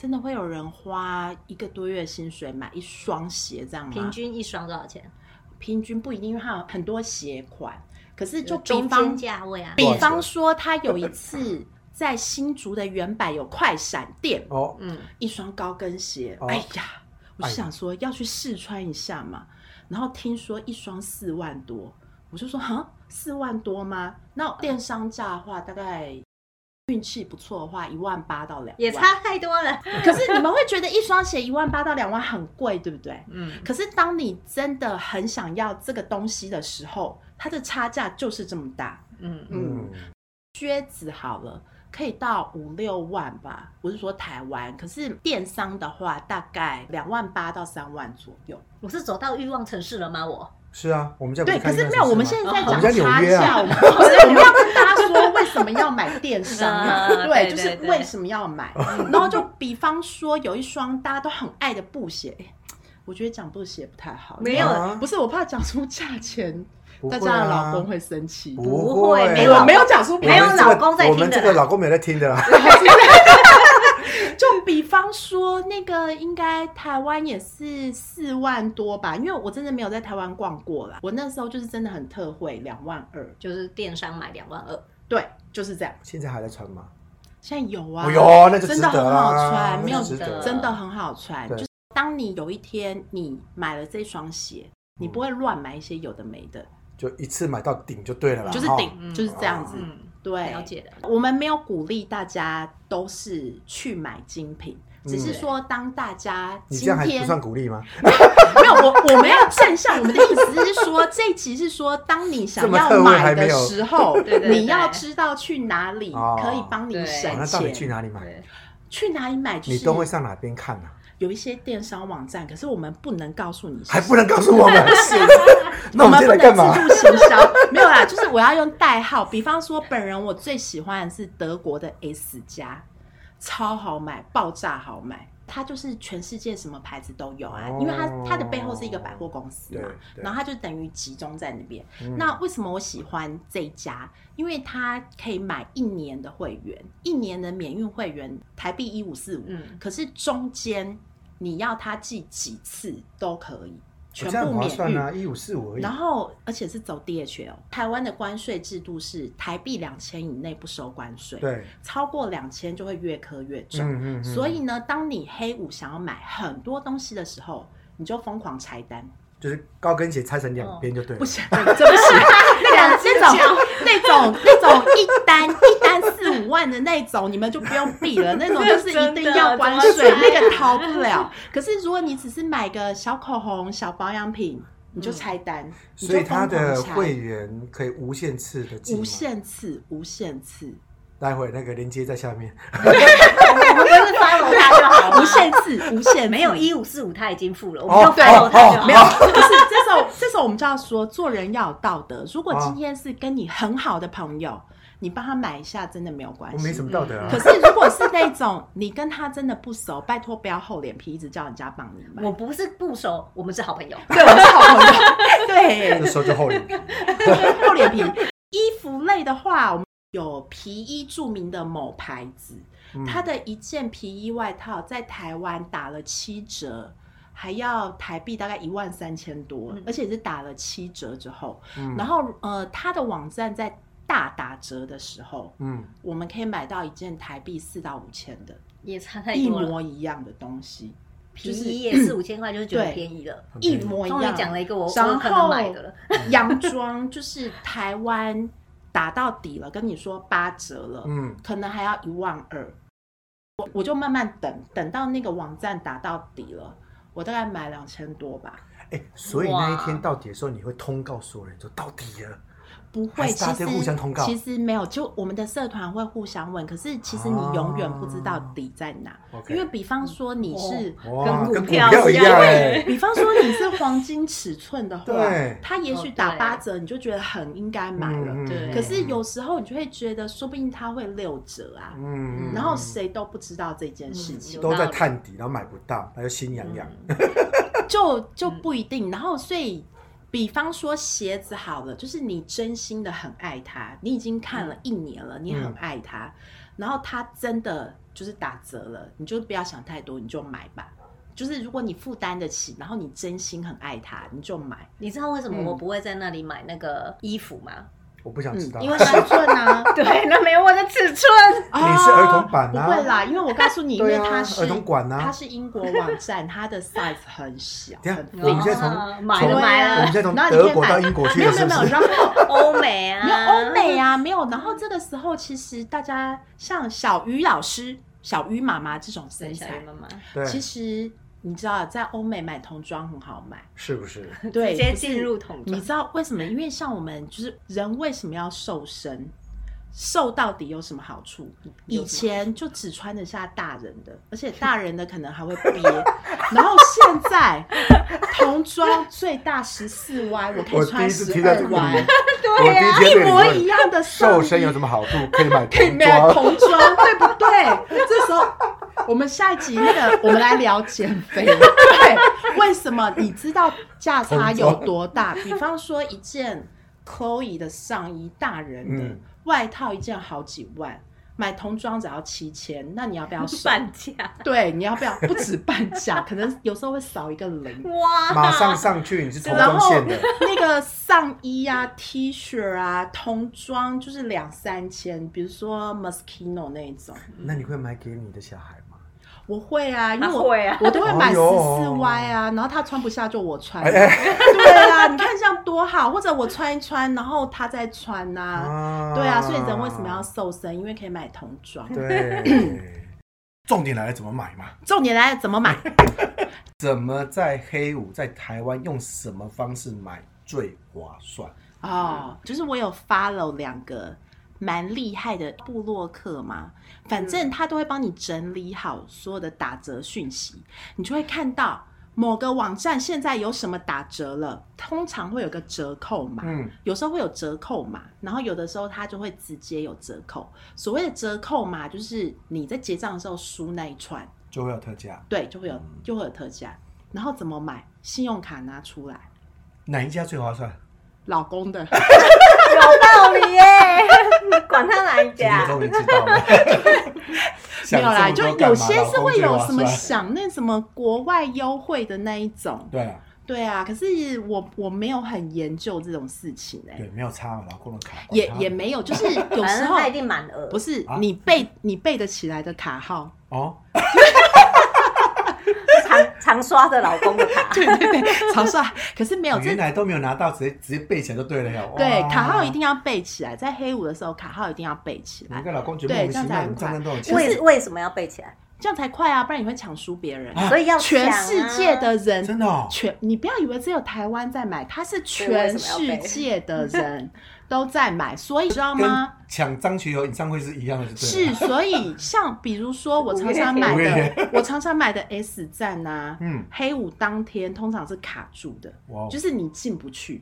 Speaker 3: 真的会有人花一个多月薪水买一双鞋这样吗？
Speaker 1: 平均一双多少钱？
Speaker 3: 平均不一定，因为它有很多鞋款。可是就比
Speaker 1: 中
Speaker 3: 方
Speaker 1: 间价位啊，
Speaker 3: 比
Speaker 2: 多少
Speaker 3: 方
Speaker 2: 钱
Speaker 3: 说，他有一次在新竹的原版有快闪店，
Speaker 2: 哦，
Speaker 1: 嗯，
Speaker 3: 一双高跟鞋，
Speaker 2: 哦
Speaker 3: 哎呀，我就想说要去试穿一下嘛。然后听说一双四万多，我就说哈，四万多吗？
Speaker 1: 嗯
Speaker 3: 那电商价的话，大概运气不错的话，一万八到两万。
Speaker 1: 也差太多了。
Speaker 3: 可是你们会觉得一双鞋一万八到两万很贵，对不对？
Speaker 4: 嗯，
Speaker 3: 可是当你真的很想要这个东西的时候，它的差价就是这么大。
Speaker 4: 嗯嗯
Speaker 3: 嗯
Speaker 2: 嗯，
Speaker 3: 靴子好了，可以到五六万吧，不是说台湾，可是电商的话大概两万八到三万左右。
Speaker 1: 我是走到欲望城市了吗？我
Speaker 2: 是啊，我们在
Speaker 3: 对，可是没有，我们现在在
Speaker 1: 我
Speaker 3: 讲
Speaker 1: 们
Speaker 3: 差
Speaker 2: 在
Speaker 3: 价，
Speaker 2: 纽
Speaker 3: 我们
Speaker 2: 约啊
Speaker 3: 不是我们要跟大家说为什么要买电商
Speaker 1: ？
Speaker 3: 啊
Speaker 1: 啊对
Speaker 3: 对，就
Speaker 1: 对
Speaker 3: 是
Speaker 1: 对
Speaker 3: 为什么 要买？然后就比方说有一双大家都很爱的布鞋，哎我觉得讲布鞋不太好，
Speaker 1: 没有
Speaker 2: 啊
Speaker 3: 不是我怕讲出价钱，
Speaker 2: 不会
Speaker 3: 大
Speaker 2: 啊
Speaker 3: 家的老公会生气。
Speaker 2: 不
Speaker 1: 不会
Speaker 2: 会，啊
Speaker 1: 没
Speaker 3: 哎，
Speaker 1: 有
Speaker 3: 我没有讲出
Speaker 1: 没有
Speaker 2: 我们这个
Speaker 1: 老公在听的啦
Speaker 2: 我们这个老公没有在听的啦。
Speaker 3: 就比方说，那个应该台湾也是四万多吧，因为我真的没有在台湾逛过啦。我那时候就是真的很特惠，两万二，
Speaker 1: 就是电商买两万二，
Speaker 3: 对，就是这样。
Speaker 2: 现在还在穿吗？
Speaker 3: 现在有啊，
Speaker 2: 哎呦，那就值
Speaker 3: 真的
Speaker 2: 得
Speaker 3: 很好
Speaker 2: 啦，
Speaker 3: 穿，没有
Speaker 2: 那就值
Speaker 1: 的
Speaker 2: 得。
Speaker 3: 真的很好穿。
Speaker 2: 对
Speaker 3: 就是当你有一天你买了这双鞋，你不会乱买一些有的没的，
Speaker 2: 就一次买到顶就对了啦，
Speaker 3: 就是
Speaker 2: 哈
Speaker 3: 顶，就是这样子。
Speaker 4: 嗯
Speaker 3: 对，
Speaker 1: 了解的。
Speaker 3: 我们没有鼓励大家都是去买精品，只是说当大家
Speaker 2: 嗯你这
Speaker 3: 今
Speaker 2: 样还
Speaker 3: 天
Speaker 2: 不算鼓励吗？
Speaker 3: 没有我我们要正向，我们的意思是说，这一集是说，当你想要
Speaker 2: 这么特惠
Speaker 3: 买
Speaker 2: 还没
Speaker 3: 的
Speaker 2: 有
Speaker 3: 时候，
Speaker 1: 对对对
Speaker 3: 你要知道去哪里
Speaker 2: 哦
Speaker 3: 可以帮你
Speaker 4: 对
Speaker 3: 省
Speaker 2: 哦那到底
Speaker 3: 钱。
Speaker 2: 去哪里买？
Speaker 1: 对，
Speaker 3: 去哪里买？就
Speaker 2: 你都会
Speaker 3: 是
Speaker 2: 上哪边看呢？
Speaker 3: 有一些电商网站，可是我们不能告诉你，
Speaker 2: 还不能告诉我 们？ 那
Speaker 3: 啊我
Speaker 2: 我们
Speaker 3: 们
Speaker 2: 现
Speaker 3: 不
Speaker 2: 在干
Speaker 3: 能
Speaker 2: 嘛？
Speaker 3: 自助行销，没有啦，就是我要用代号。比方说，本人我最喜欢的是德国的 S 加，超好买，爆炸好买。它就是全世界什么牌子都有啊，因为它
Speaker 2: 哦
Speaker 3: 它的背后是一个百货公司嘛
Speaker 2: 对，对
Speaker 3: 然后它就等于集中在那边。
Speaker 2: 嗯
Speaker 3: 那为什么我喜欢这一家？因为它可以买一年的会员，一年的免运会员台币一五四五，
Speaker 4: 嗯
Speaker 3: 可是中间你要它寄几次都可以，全
Speaker 2: 哦这样
Speaker 3: 部
Speaker 2: 很划
Speaker 3: 免
Speaker 2: 算
Speaker 3: 运。
Speaker 2: 啊，一五四五而已
Speaker 3: 然。后，而且是走 DHL。台湾的关税制度是台币两千以内不收关税，
Speaker 2: 对，
Speaker 3: 超过两千就会越苛越重。
Speaker 2: 嗯嗯嗯。
Speaker 3: 所以呢，当你黑五想要买很多东西的时候，你就疯狂拆单，
Speaker 2: 就是高跟鞋拆成两边就对了
Speaker 3: 哦不。行，对这不行，那个那种那种那种一单一单四五万的那种，你们就不用避了，那种就是一定要关税，
Speaker 1: 真的
Speaker 3: 那个逃不了。可是如果你只是买个小口红、小保养品，你就拆单，你
Speaker 2: 嗯
Speaker 3: 就
Speaker 2: 所以他
Speaker 3: 疯狂
Speaker 2: 的
Speaker 3: 拆
Speaker 2: 会员可以无限次的进。
Speaker 3: 无。限次，无限次，
Speaker 2: 待会那个连接在下面。
Speaker 1: 我们不是 follow 他就好吗
Speaker 3: 无限次，无限次
Speaker 1: 没有。一五四五他已经付了，我们
Speaker 2: 哦
Speaker 1: 就 follow 他就好。
Speaker 2: 哦哦
Speaker 1: 没
Speaker 3: 没
Speaker 1: 有
Speaker 3: 有，不是这时候，这时候我们就要说，做人要有道德。如
Speaker 2: 啊
Speaker 3: 果今天是跟你很好的朋友，你帮他买一下，真的没有关
Speaker 2: 我
Speaker 3: 系。
Speaker 2: 没什么道德啊
Speaker 3: 可。是如果是那种你跟他真的不熟，拜托不要厚脸皮一直叫人家帮你买。
Speaker 1: 我不是不熟，我们是好朋友。
Speaker 3: 对我是好朋友，
Speaker 2: 这
Speaker 3: 对
Speaker 2: 时候就 厚脸皮。
Speaker 3: 对厚脸皮。衣服类的话，我们有皮衣著名的某牌子，
Speaker 2: 嗯
Speaker 3: 它的一件皮衣外套在台湾打了七折，还要台币大概一万三千多
Speaker 1: 嗯，
Speaker 3: 而且是打了七折之后，
Speaker 2: 嗯
Speaker 3: 然后呃，它的网站在大打折的时候，
Speaker 2: 嗯，
Speaker 3: 我们可以买到一件台币四到五千的
Speaker 1: 也差太
Speaker 3: 一
Speaker 1: 多了，
Speaker 3: 模一样的东西，
Speaker 1: 皮
Speaker 3: 就是
Speaker 1: 衣也四五千块，就是觉得
Speaker 3: 对
Speaker 1: 便宜了。
Speaker 2: 很
Speaker 3: 一
Speaker 2: 便宜
Speaker 3: 模一
Speaker 1: 终于
Speaker 3: 样。
Speaker 1: 讲了一个我
Speaker 3: 然
Speaker 1: 我
Speaker 3: 后
Speaker 1: 可能买的了，
Speaker 3: 洋装就是台湾打到底了，跟你说八折了，
Speaker 2: 嗯
Speaker 3: 可能还要一万二。我我就慢慢等，等到那个网站打到底了，我大概买两千多吧。
Speaker 2: 哎，所以那一
Speaker 1: 哇
Speaker 2: 天到底的时候，你会通告所有人说到底了。
Speaker 3: 不
Speaker 2: 还
Speaker 3: 会，
Speaker 2: 是大
Speaker 3: 其
Speaker 2: 家
Speaker 3: 实
Speaker 2: 互相通告
Speaker 3: 其实没有，就我们的社团会互相问，可是其实你永远不知道底在哪，
Speaker 2: 啊 OK
Speaker 3: 因为比方说你是。
Speaker 2: 哇，
Speaker 1: 跟
Speaker 2: 跟
Speaker 1: 股
Speaker 2: 股
Speaker 1: 票
Speaker 2: 票
Speaker 1: 一
Speaker 2: 一
Speaker 1: 样
Speaker 2: 样哎。
Speaker 3: 比方说你是黄金尺寸的话
Speaker 2: 对，
Speaker 3: 它也许
Speaker 1: 哦
Speaker 3: 打
Speaker 1: 对
Speaker 3: 八折，你就觉得很应该买了。
Speaker 2: 嗯嗯
Speaker 1: 对
Speaker 3: 可是有时候你就会觉得，说不定它会六折啊，
Speaker 2: 嗯，嗯嗯
Speaker 3: 然后谁都不知道这件事情，
Speaker 2: 都在探底，然后买不到，然后心痒
Speaker 3: 嗯
Speaker 2: 痒。
Speaker 1: 嗯
Speaker 2: 嗯
Speaker 3: 就就不一定。然后所以，比方说鞋子好了，就是你真心的很爱它，你已经看了一年了，你很爱它，然后它真的就是打折了，你就不要想太多，你就买吧。就是如果你负担得起，然后你真心很爱它，你就买。
Speaker 1: 你知道为什么
Speaker 3: 嗯
Speaker 1: 我不会在那里买那个衣服吗？
Speaker 2: 我不想知道。
Speaker 3: 因为尺寸啊，
Speaker 1: 对，那没有我的尺寸，
Speaker 2: 你是儿童版啊
Speaker 3: 哦不会啦，因为我告诉你，因
Speaker 2: 对
Speaker 3: 为
Speaker 2: 啊
Speaker 3: 它是
Speaker 2: 儿童馆啊
Speaker 3: 它是英国网站，它的 size 很小，
Speaker 2: 等一下
Speaker 3: 很
Speaker 2: 我们现在从
Speaker 1: 啊买
Speaker 2: 从
Speaker 1: 了买了
Speaker 2: 我们现在从
Speaker 3: 然后你可以
Speaker 2: 德国
Speaker 3: 买
Speaker 2: 到英国去
Speaker 3: 没有
Speaker 2: 了，
Speaker 3: 没
Speaker 2: 是
Speaker 3: 有
Speaker 2: 不
Speaker 3: 没有，
Speaker 2: 是？
Speaker 3: 然后
Speaker 1: 欧美啊，
Speaker 3: 没有欧美啊，没有。然后这个时候，其实大家像小鱼老师、小鱼妈妈这种身
Speaker 1: 对，小鱼
Speaker 3: 材，
Speaker 1: 妈妈，
Speaker 2: 对，
Speaker 3: 其实你知道，在欧美买童装很好买，
Speaker 2: 是不是？
Speaker 3: 对，
Speaker 1: 直接
Speaker 3: 不是
Speaker 1: 进入桶
Speaker 3: 你
Speaker 1: 装
Speaker 3: 知。道为什么？因为像我们就是人为什么要瘦身？瘦到底有什么好处？以前就只穿得下大人的，而且大人的可能还会憋。 然后现在童装最大十四 Y，我可
Speaker 2: 我
Speaker 3: 以
Speaker 2: 第一
Speaker 3: 穿
Speaker 2: 次
Speaker 3: 十
Speaker 2: 听到这
Speaker 3: 二
Speaker 2: 个理
Speaker 3: Y，
Speaker 2: 论，我第一天
Speaker 3: 一
Speaker 2: 被理
Speaker 3: 模一
Speaker 2: 论。
Speaker 3: 样的
Speaker 2: 瘦身有什
Speaker 3: 么？
Speaker 2: 么好处？可以买
Speaker 3: 可以
Speaker 2: 童
Speaker 3: 买
Speaker 2: 装。
Speaker 3: 童装，对不对？这时候。我们下一集那个，我们来聊减肥。对，为什么？你知道价差有多大？比方说一件 Chloe 的上衣，大人的、
Speaker 2: 嗯
Speaker 3: 外套一件好几万，买童装只要七千，那你要不要瘦？
Speaker 1: 半价
Speaker 3: 对，你要不要不止半价？可能有时候会少一个 零。
Speaker 1: 哇！
Speaker 2: 马上上去，你是童
Speaker 3: 然
Speaker 2: 装
Speaker 3: 后
Speaker 2: 线的，
Speaker 3: 那个上衣啊、T 恤啊、童装就是两三千，比如说 Moschino 那一种，
Speaker 2: 那你会买给你的小孩吗？
Speaker 3: 我会啊，因为
Speaker 1: 他
Speaker 3: 我
Speaker 1: 会啊
Speaker 3: 我都会买
Speaker 2: 哎
Speaker 3: 十
Speaker 2: 呦
Speaker 3: 四 Y 啊，然后他穿不下就我穿，
Speaker 2: 哎哎
Speaker 3: 对啊，你看这样多好，或者我穿一穿，然后他再穿呐、
Speaker 2: 啊
Speaker 3: 对啊，所以人为什么要瘦身？因为可以买童装。
Speaker 2: 对，重点来了，怎么买嘛？
Speaker 3: 重点来了怎 么买？
Speaker 2: 怎么在黑五在台湾用什么方式买最划算？
Speaker 3: 哦，就是我有 follow 两个蛮厉害的部落客嘛，反正他都会帮你整理好所有的打折讯息，你就会看到某个网站现在有什么打折了，通常会有个折扣码，
Speaker 2: 嗯，
Speaker 3: 有时候会有折扣码，然后有的时候它就会直接有折扣。所谓的折扣码，就是你在结账的时候输那一串，
Speaker 2: 就会有特价。
Speaker 3: 对，就
Speaker 2: 嗯
Speaker 3: 会有就会有特价。然后怎么买？信用卡拿出来，
Speaker 2: 哪一家最划算？
Speaker 3: 老公的。
Speaker 1: 有道理耶， 管他哪一
Speaker 2: 今天
Speaker 1: 家，
Speaker 2: 终于知道 了。
Speaker 3: 没
Speaker 2: 想
Speaker 3: 啊有啦，
Speaker 2: 这
Speaker 3: 就
Speaker 2: 么多干嘛
Speaker 3: 有些是会有什
Speaker 2: 老公
Speaker 3: 么
Speaker 2: 最划啊算
Speaker 3: 想那什么国外优惠的那一种，
Speaker 2: 对啊，
Speaker 3: 对啊。可是我我没有很研究这种事情哎、
Speaker 2: 对，没有差嘛，老公的卡
Speaker 3: 也
Speaker 2: 管他
Speaker 3: 也没有，就是有
Speaker 1: 反
Speaker 3: 时
Speaker 1: 正
Speaker 3: 候
Speaker 1: 他一定满额。
Speaker 3: 不是
Speaker 2: 啊
Speaker 3: 你背你背得起来的卡号，
Speaker 2: 哦，
Speaker 1: 常常刷的老公的卡，
Speaker 3: 对对对，超帅。可是没有
Speaker 2: 我
Speaker 3: 这
Speaker 2: 原来都没有拿到，直接直接背起来就对了呀。哇
Speaker 3: 对卡号一。定要背起来，在黑五的时候卡号一定要背起
Speaker 2: 你
Speaker 3: 来，
Speaker 2: 跟老公觉得莫名其
Speaker 3: 对这样才
Speaker 2: 妙，你账单多少
Speaker 3: 不
Speaker 2: 钱？
Speaker 1: 为
Speaker 3: 是
Speaker 1: 为什么要背起来？
Speaker 3: 这样才快啊，不然你会抢输别人。
Speaker 2: 啊
Speaker 1: 所以要
Speaker 3: 全
Speaker 1: 抢啊
Speaker 3: 世界的人
Speaker 2: 真的哦，
Speaker 3: 全，你不要以为只有台湾在买，它是
Speaker 1: 对我
Speaker 3: 全
Speaker 1: 为什么
Speaker 3: 世
Speaker 1: 要背
Speaker 3: 界的人都在买，所以你知道
Speaker 2: 跟
Speaker 3: 吗？
Speaker 2: 抢张学友演唱会是一样的，就对
Speaker 3: 是，
Speaker 2: 了。
Speaker 3: 所以像比如说我常常买
Speaker 2: 五月
Speaker 3: 的，我常常买的 S 站啊，
Speaker 2: 嗯，
Speaker 3: 黑五当天通常是卡住的，
Speaker 2: 哇哦，
Speaker 3: 就是你进不去，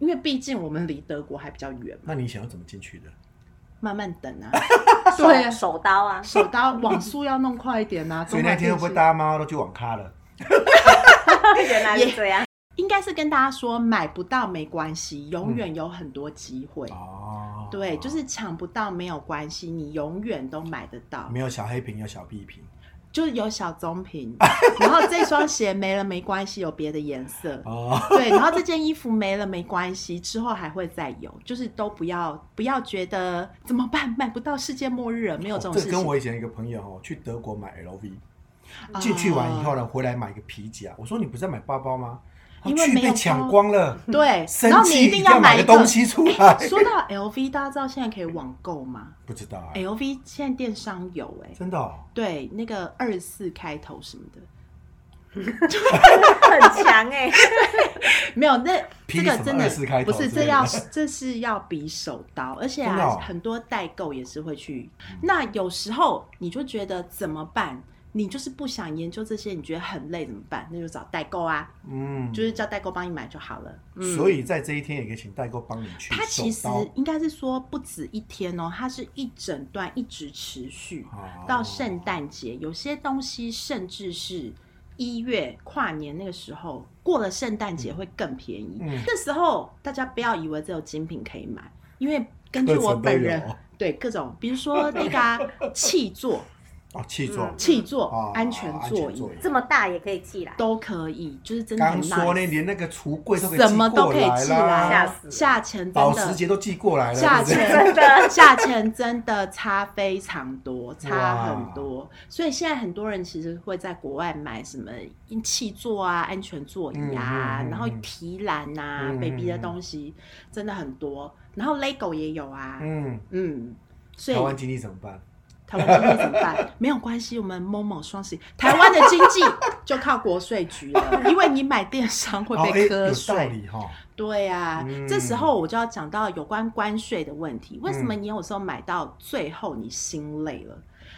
Speaker 3: 因为毕竟我们离德国还比较远嘛，
Speaker 2: 那你想要怎么进去的？
Speaker 3: 慢慢等 啊，
Speaker 1: 手
Speaker 3: 对啊，
Speaker 1: 手刀 啊，
Speaker 3: 手刀网速要弄快一点啊，
Speaker 2: 所以
Speaker 3: 中华
Speaker 2: 那天会
Speaker 3: 电
Speaker 2: 不会
Speaker 3: 信
Speaker 2: 大家妈妈都去网咖了？
Speaker 1: 原来是这样。
Speaker 3: 应该是跟大家说，买不到没关系，永远有很多机会。
Speaker 2: 哦，
Speaker 3: 对，就是抢不到没有关系，你永远都买得到。
Speaker 2: 没有小黑瓶，有小 B 瓶。
Speaker 3: 就是有小棕瓶， 然后这双鞋没了没关系，有别的颜 色。
Speaker 2: 哦，
Speaker 3: 对，然后这件衣服没了没关系，之后还会再有，就是都不要不要觉得怎么办，买不到世界末日了，没有这种
Speaker 2: 这
Speaker 3: 事
Speaker 2: 个
Speaker 3: 情。
Speaker 2: 跟我以前一个朋友哦，去德国买 LV，进去完以后
Speaker 3: 啊，
Speaker 2: 呢，回来买个皮夹。我说你不是在买包包吗？他
Speaker 3: 因为
Speaker 2: 去
Speaker 3: 没有
Speaker 2: 被
Speaker 3: 包
Speaker 2: 抢光了，
Speaker 3: 对，然
Speaker 2: 生
Speaker 3: 后你
Speaker 2: 气
Speaker 3: 一定要
Speaker 2: 买
Speaker 3: 买一
Speaker 2: 个
Speaker 3: 个
Speaker 2: 东。西出来。
Speaker 3: 说到 LV，大家知道现在可以网购吗
Speaker 2: 不知道啊，
Speaker 3: ？LV 现在电商有哎、
Speaker 2: 真的哦，
Speaker 3: 对，那个二四开头什么的，
Speaker 1: 很强哎、
Speaker 3: 没有那
Speaker 2: 披
Speaker 3: 这个
Speaker 2: 什么
Speaker 3: 真的
Speaker 2: 24开头
Speaker 3: 不是
Speaker 2: 之类
Speaker 3: 这
Speaker 2: 的
Speaker 3: 要这是要比手刀，而且
Speaker 2: 真的
Speaker 3: 啊、
Speaker 2: 哦
Speaker 3: 很多代购也是会去。那有时候你就觉得怎么办？你就是不想研究这些，你觉得很累怎么办？那就找代购啊，
Speaker 2: 嗯，
Speaker 3: 就是叫代购帮你买就好了。嗯，
Speaker 2: 所以在这一天也可以请代购帮你去
Speaker 3: 它其实
Speaker 2: 手刀
Speaker 3: 应该是说不止一天哦，它是一整段一直持续。
Speaker 2: 哦
Speaker 3: 到圣诞节，有些东西甚至是一月跨年那个时候，过了圣诞节会更便宜。
Speaker 2: 嗯
Speaker 3: 这时候大家不要以为只有精品可以买，因为根据
Speaker 2: 各种
Speaker 3: 我
Speaker 2: 都
Speaker 3: 本
Speaker 2: 有
Speaker 3: 人对各种，比如说那个啊气座，
Speaker 2: 哦，气座
Speaker 1: 嗯
Speaker 3: 气座、
Speaker 2: 哦
Speaker 3: 安全座椅
Speaker 1: 这么大也可以寄来，
Speaker 3: 都可以，就是真的很
Speaker 2: 刚
Speaker 3: nice
Speaker 2: 说呢，连那个橱柜都可以
Speaker 3: 什么都可
Speaker 2: 寄
Speaker 3: 以寄
Speaker 2: 过来
Speaker 1: 吓
Speaker 2: 啦，
Speaker 1: 死了
Speaker 3: 价钱
Speaker 2: 保
Speaker 3: 真
Speaker 2: 时
Speaker 3: 的，
Speaker 2: 捷都寄过来了，
Speaker 3: 价
Speaker 2: 对
Speaker 1: 真
Speaker 2: 不对
Speaker 3: 钱
Speaker 1: 的
Speaker 3: 价钱真的差非常多，差很多。所以现在很多人其实会在国外买什么气座啊、安全座椅啊，
Speaker 2: 嗯嗯嗯嗯
Speaker 3: 然后提篮啊、
Speaker 2: 嗯嗯
Speaker 3: baby 的东西真的很多。然后 LEGO 也有啊，
Speaker 2: 嗯，
Speaker 3: 嗯，所以
Speaker 2: 台湾经济怎么办？
Speaker 3: 台湾经济怎么办？没有关系，我们某某双十一，台湾的经济就靠国税局 了，因为你买电商会
Speaker 2: 哦哎
Speaker 3: 被
Speaker 2: 有
Speaker 3: 课
Speaker 2: 道
Speaker 3: 税。
Speaker 2: 理哈，
Speaker 3: 对啊，
Speaker 2: 嗯
Speaker 3: 这时候我就要讲到有关关税的问题。为什么
Speaker 2: 嗯
Speaker 3: 你有时候买到最后你心累了？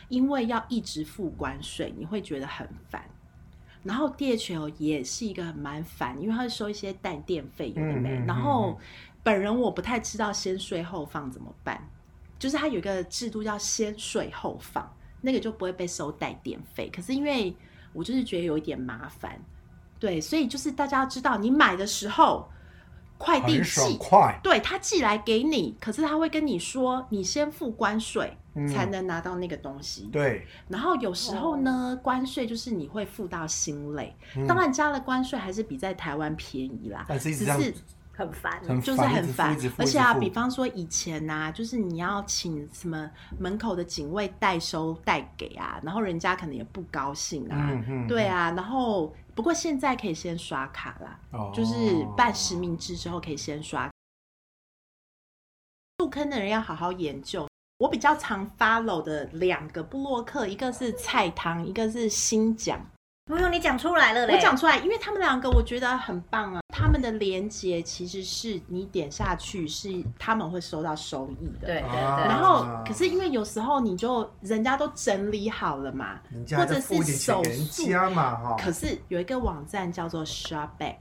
Speaker 3: 因为要一直付关税，你会觉得很烦。然后 DHL 也是一个蛮烦，因为它会收一些带电费有的没。
Speaker 2: 嗯嗯嗯
Speaker 3: 然后本人我不太知道先税后放怎么办，就是它有一个制度叫先税后放，那个就不会被收带电费。可是因为我就是觉得有一点麻烦，对，所以就是大家要知道，你买的时候快递
Speaker 2: 很爽
Speaker 3: 寄，
Speaker 2: 快，
Speaker 3: 对他寄来给你，可是他会跟你说，你先付关税
Speaker 2: 嗯
Speaker 3: 才能拿到那个东西。
Speaker 2: 对，
Speaker 3: 然后有时候呢，关税就是你会付到心累，
Speaker 2: 嗯
Speaker 3: 当然加了关税还是比在台湾便宜啦，
Speaker 2: 但是一直
Speaker 3: 只
Speaker 2: 这样
Speaker 3: 是。
Speaker 1: 很烦。欸
Speaker 2: 很
Speaker 3: 就是
Speaker 2: 一
Speaker 3: 很
Speaker 2: 直付
Speaker 3: 烦
Speaker 2: 一直，付
Speaker 3: 而
Speaker 2: 一
Speaker 3: 且
Speaker 2: 直
Speaker 3: 啊，
Speaker 2: 付
Speaker 3: 比方说以前呐、就是你要请什么门口的警卫代收代给啊，然后人家可能也不高兴啊，
Speaker 2: 嗯嗯
Speaker 3: 对啊，然后不过现在可以先刷卡啦，
Speaker 2: 哦
Speaker 3: 就是办实名制之后可以先刷。入坑的人要好好研究。我比较常 follow 的两个布洛克，一个是菜汤，一个是新讲。
Speaker 1: 不用你讲出来了嘞，
Speaker 3: 我讲出来，因为他们两个我觉得很棒啊。他们的连接其实是你点下去是他们会收到收益的。
Speaker 1: 对对对，
Speaker 2: 啊
Speaker 3: 然后，可是因为有时候你就人家都整理好了嘛，
Speaker 2: 人家
Speaker 3: 或者
Speaker 2: 再付一
Speaker 3: 是
Speaker 2: 点钱
Speaker 3: 手
Speaker 2: 给人
Speaker 3: 速，
Speaker 2: 家嘛哈，
Speaker 3: 可是有一个网站叫做 Shopback，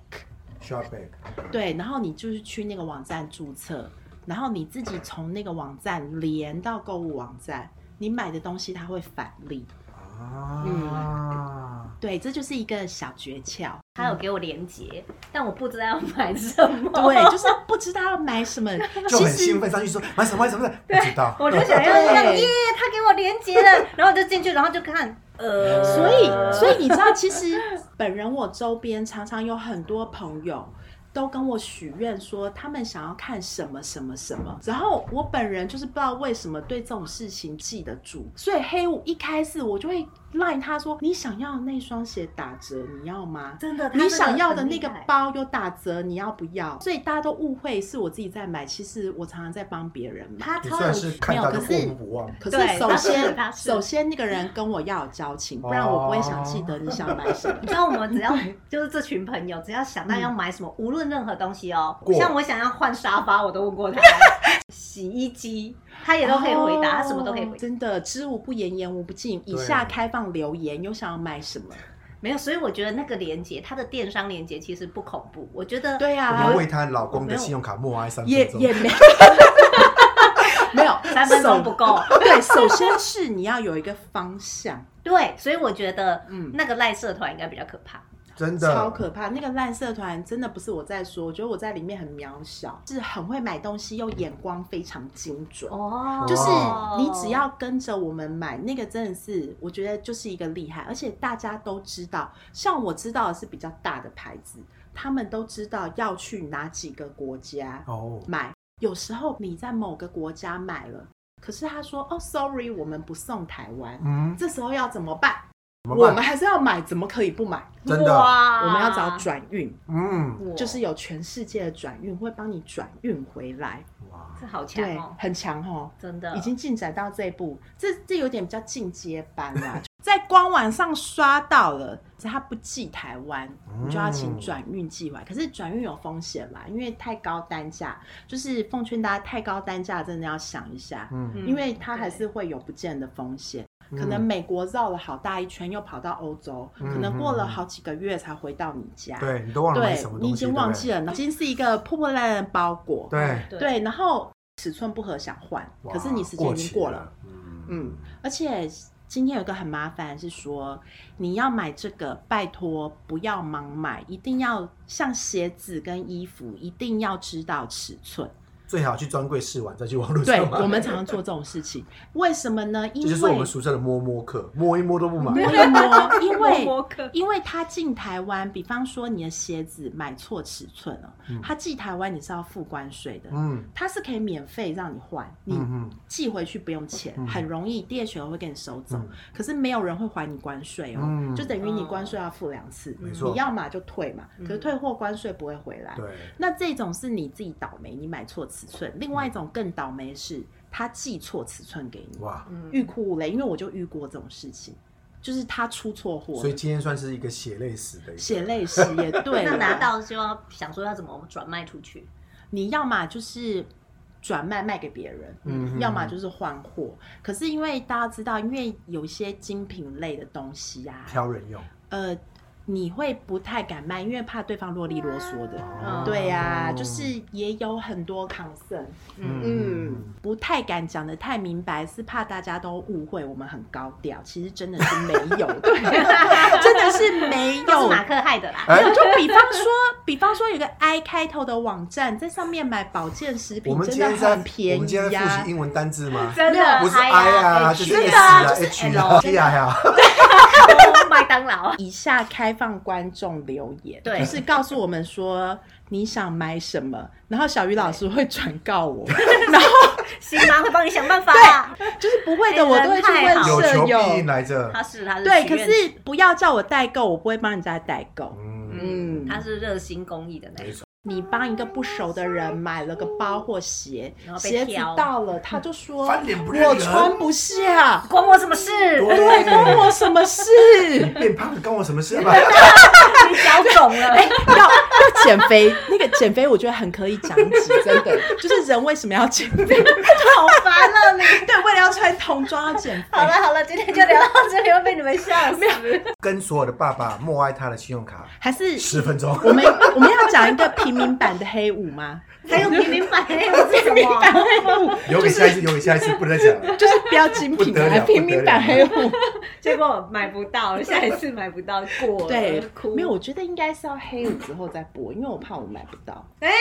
Speaker 2: 需要 back，
Speaker 3: 对，然后你就是去那个网站注册，然后你自己从那个网站连到购物网站，你买的东西它会返利。嗯
Speaker 2: 啊，
Speaker 3: 对，这就是一个小诀窍。
Speaker 1: 他有给我连接，但我不知道要买什么。
Speaker 3: 对，就是不知道要买什么，
Speaker 2: 就
Speaker 3: 其
Speaker 2: 很
Speaker 3: 实
Speaker 2: 兴奋上去说买什么买什么，不知道，嗯
Speaker 1: 我就想要这样
Speaker 3: 对
Speaker 1: 耶，他给我连接 了，然后我就进去，然后就看，呃，
Speaker 3: 所以，所以你知道，其实本人我周边常常有很多朋友都跟我许愿说，他们想要看什么什么什么。然后我本人就是不知道为什么对这种事情记得住，所以黑五一开始我就会赖他说：“你想要那双鞋打折，你要吗？”
Speaker 1: 真 的，他
Speaker 3: 你
Speaker 1: 那个
Speaker 3: 想要的
Speaker 1: 很
Speaker 3: 那
Speaker 1: 厉
Speaker 3: 个
Speaker 1: 害
Speaker 3: 包有打折，你要不要？所以大家都误会是我自己在买，其实我常常在帮别人买。
Speaker 1: 他
Speaker 2: 你
Speaker 1: 超有
Speaker 2: 算是看到就过目不忘，
Speaker 3: 可
Speaker 1: 对
Speaker 3: 是首
Speaker 1: 他是他
Speaker 3: 先，
Speaker 1: 是
Speaker 3: 首先那个人跟我要有交情，不然我不会想记得你想买什么。
Speaker 1: 你知道我们只 要就是这群朋友，只要想到要
Speaker 3: 嗯
Speaker 1: 买什么，无论任何东西哦
Speaker 2: 过，
Speaker 1: 像我想要换沙发，我都问 过他，洗衣机他也都可以回答，他什么都可以回
Speaker 3: 哦
Speaker 1: 答。
Speaker 3: 真的，知无不言，言无不尽。以
Speaker 2: 啊
Speaker 3: 下开放留言，有想要买什么？
Speaker 1: 没有，所以我觉得那个连接，他的电商连接其实不恐怖，我觉得
Speaker 3: 对
Speaker 2: 我
Speaker 3: 啊
Speaker 2: 们，为她老公的信用卡默哀三
Speaker 3: 也
Speaker 2: 分钟，
Speaker 3: 也 没没有
Speaker 1: 三分钟
Speaker 3: 首
Speaker 1: 不 够。
Speaker 3: 对，首先是你要有一个方向，
Speaker 1: 对，所以我觉得
Speaker 3: 嗯
Speaker 1: 那个赖社团应该比较可怕。
Speaker 2: 真的
Speaker 3: 超可怕。那个烂社团真的不是我在说，我觉得我在里面很渺小，是很会买东西，又眼光非常精准。
Speaker 1: 哦
Speaker 3: 就是你只要跟着我们买，那个真的是我觉得就是一个厉害，而且大家都知道，像我知道的是比较大的牌子，他们都知道要去哪几个国家
Speaker 2: 哦，
Speaker 3: 买。有时候你在某个国家买了，可是他说哦，sorry，我们不送台湾，
Speaker 2: 嗯，
Speaker 3: 这时候要怎么办？
Speaker 2: 怎
Speaker 3: 我
Speaker 2: 么
Speaker 3: 们
Speaker 2: 办？
Speaker 3: 还是要买，怎么可以不买？
Speaker 2: 真的
Speaker 1: 哇
Speaker 3: 我们要找，转运，
Speaker 1: 啊
Speaker 2: 嗯，
Speaker 1: 哇
Speaker 3: 就是有全世界的转运会帮你转运回来，
Speaker 2: 哇，
Speaker 1: 这好强
Speaker 3: 对
Speaker 1: 哦，，
Speaker 3: 很强哦。
Speaker 1: 真的
Speaker 2: 嗯
Speaker 3: 已经进展到这一步，这这有点比较进阶班啦、 在官网上刷到了，只是他不寄台湾，
Speaker 2: 嗯
Speaker 3: 你就要请转运寄来。可是转运有风险啦，因为太高单价，就是奉劝大家太高单价真的要想一下，
Speaker 2: 嗯，
Speaker 1: 嗯
Speaker 3: 因为它还是会有不见的风险。可能美国绕了好大一圈，又跑到欧洲，
Speaker 2: 嗯
Speaker 3: 可能过了好几个月才回到你家。
Speaker 2: 对你都忘了买什么东
Speaker 3: 对，
Speaker 2: 西，
Speaker 3: 你已经忘记
Speaker 2: 了，
Speaker 3: 了，已经是一个破破烂烂的包裹。
Speaker 2: 对，
Speaker 1: 对
Speaker 3: 对，然后尺寸不合想换，
Speaker 2: 哇
Speaker 3: 可是你时间已经
Speaker 2: 期
Speaker 3: 过了，
Speaker 2: 了，嗯
Speaker 3: 嗯，而且今天有一个很麻烦是说，你要买这个，拜托不要盲买，一定要像鞋子跟衣服，一定要知道尺寸。
Speaker 2: 最好去专柜试完再去网络
Speaker 3: 对
Speaker 2: 上买。
Speaker 3: 我们常常做这种事情，为什么呢？因
Speaker 2: 这
Speaker 3: 为
Speaker 2: 就是我们俗称的摸摸客，摸一摸都不买
Speaker 3: 摸。 一摸，因为
Speaker 1: 摸客
Speaker 3: 因为他进台湾，比方说你的鞋子买错尺寸了，
Speaker 2: 嗯
Speaker 3: 他寄台湾你是要付关税的，
Speaker 2: 嗯
Speaker 3: 他是可以免费让你换，你
Speaker 2: 嗯
Speaker 3: 寄回去不用钱，
Speaker 2: 嗯
Speaker 3: 很容易，第二选会给你收走。
Speaker 2: 嗯
Speaker 3: 可是没有人会还你关税哦，
Speaker 2: 嗯
Speaker 3: 就等于你关税要付两次，
Speaker 1: 没
Speaker 2: 错
Speaker 3: 你要嘛就退嘛，
Speaker 1: 嗯
Speaker 3: 可是退货关税不会回来
Speaker 2: 嗯，。对，
Speaker 3: 那这种是你自己倒霉，你买错尺寸；另外一种更倒霉是他寄错尺寸给你，
Speaker 2: 哇，
Speaker 1: 嗯，
Speaker 3: 欲哭无泪，因为我就遇过这种事情，就是他出错货了，
Speaker 2: 所以今天算是一个血泪史的一个
Speaker 3: 血泪史也 对
Speaker 1: 那
Speaker 3: 啦
Speaker 1: 拿到就要想说要怎么转卖出去，
Speaker 3: 你要嘛就是转卖卖给别人，
Speaker 2: 嗯
Speaker 3: 要么就是换货。可是因为大家知道，因为有一些精品类的东西啊，
Speaker 2: 挑人用。
Speaker 3: 呃，你会不太敢卖，因为怕对方啰里啰嗦的。
Speaker 1: 哦
Speaker 3: 嗯对呀、就是也有很多 concern，
Speaker 1: 嗯，
Speaker 3: 嗯，不太敢讲的太明白，是怕大家都误会我们很高调，其实真的是没有， 对，真的是没
Speaker 1: 都是
Speaker 3: 有。
Speaker 1: 马克害的啦。
Speaker 2: 哎
Speaker 3: 就比方说，比方说有个 I 开头的网站，在上面买保健食
Speaker 2: 我
Speaker 3: 品
Speaker 2: 们
Speaker 3: 真
Speaker 2: 今
Speaker 3: 的
Speaker 2: 天在
Speaker 3: 很便
Speaker 2: 我们今天
Speaker 3: 宜啊
Speaker 2: 在
Speaker 3: 呀、哎
Speaker 2: 复习英文单字吗？
Speaker 1: 真的，
Speaker 2: 不是
Speaker 1: I
Speaker 2: I 啊，
Speaker 1: 啊，
Speaker 2: 就是
Speaker 1: H
Speaker 2: S
Speaker 1: 啊，
Speaker 2: 啊
Speaker 1: 就是
Speaker 2: H
Speaker 1: L，
Speaker 2: 啊 T
Speaker 1: 真的
Speaker 2: 啊呀。
Speaker 1: 麦当 劳。啊
Speaker 3: 以下开放观众留言，
Speaker 1: 对
Speaker 3: 就是告诉我们说你想买什么，然后小鱼老师会转告我， 然后
Speaker 1: 新妈会帮你想办法啦。
Speaker 3: 就是不会的我都会去
Speaker 1: 哎人
Speaker 3: 问
Speaker 1: 太好
Speaker 2: 有
Speaker 3: 舍
Speaker 2: 求必应啊
Speaker 3: 友。
Speaker 2: 来着。
Speaker 1: 他是他是
Speaker 3: 对，
Speaker 1: 许
Speaker 3: 可
Speaker 1: 愿
Speaker 3: 是不要叫我代购，我不会帮人家代购。
Speaker 2: 嗯，
Speaker 1: 嗯，
Speaker 3: 嗯
Speaker 1: 他是热心公益的那一种。
Speaker 3: 你帮一个不熟的人买了个包或鞋
Speaker 1: 然，后被
Speaker 3: 鞋子
Speaker 1: 挑
Speaker 3: 到了，他就说
Speaker 2: 翻脸不认
Speaker 3: 我
Speaker 2: 人
Speaker 3: 穿不下，
Speaker 1: 关我什么事？
Speaker 3: 对，关我什么事？
Speaker 2: 变胖关我什么事啊嘛？
Speaker 1: 你脚肿 了，
Speaker 3: 哎要要减肥，那个减肥我觉得很可以讲一集，真的， 就是人为什么要减肥？
Speaker 1: 好烦了你。
Speaker 3: 对，为了要穿童装要减肥
Speaker 1: 好。了好了，今天就聊到这里，会被你们吓死。
Speaker 2: 跟所有的爸爸默哀他的信用卡
Speaker 3: 还是
Speaker 2: 十分钟。
Speaker 3: 我们我们要讲一个平民版的黑五吗？
Speaker 1: 还有平民版，那个是什么？
Speaker 2: 留给下一次，留给下一次，不能再讲了。
Speaker 3: 就是不要精品
Speaker 2: 不得
Speaker 3: 啊，
Speaker 2: 了
Speaker 3: 平民版黑五。
Speaker 1: 结果买不到，下一次买不到过了，
Speaker 3: 对，
Speaker 1: 哭。
Speaker 3: 没有，我觉得应该是要黑五之后再播，因为我怕我买不到。
Speaker 1: 哎，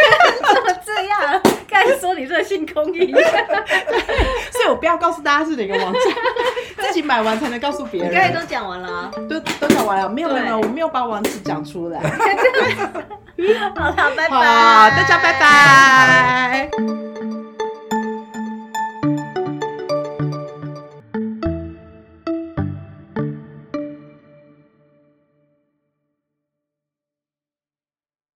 Speaker 1: 怎么这样？刚才说你热心公 益，
Speaker 3: 所以我不要告诉大家是哪个网站，自己买完才能告诉别
Speaker 1: 你刚才
Speaker 3: 人。
Speaker 1: 都讲完了啊。
Speaker 3: 都都讲完了，没有没有，
Speaker 1: 对
Speaker 3: 没有我没有把网址讲出来。
Speaker 1: 好了，拜拜，
Speaker 3: 好，大家拜。拜。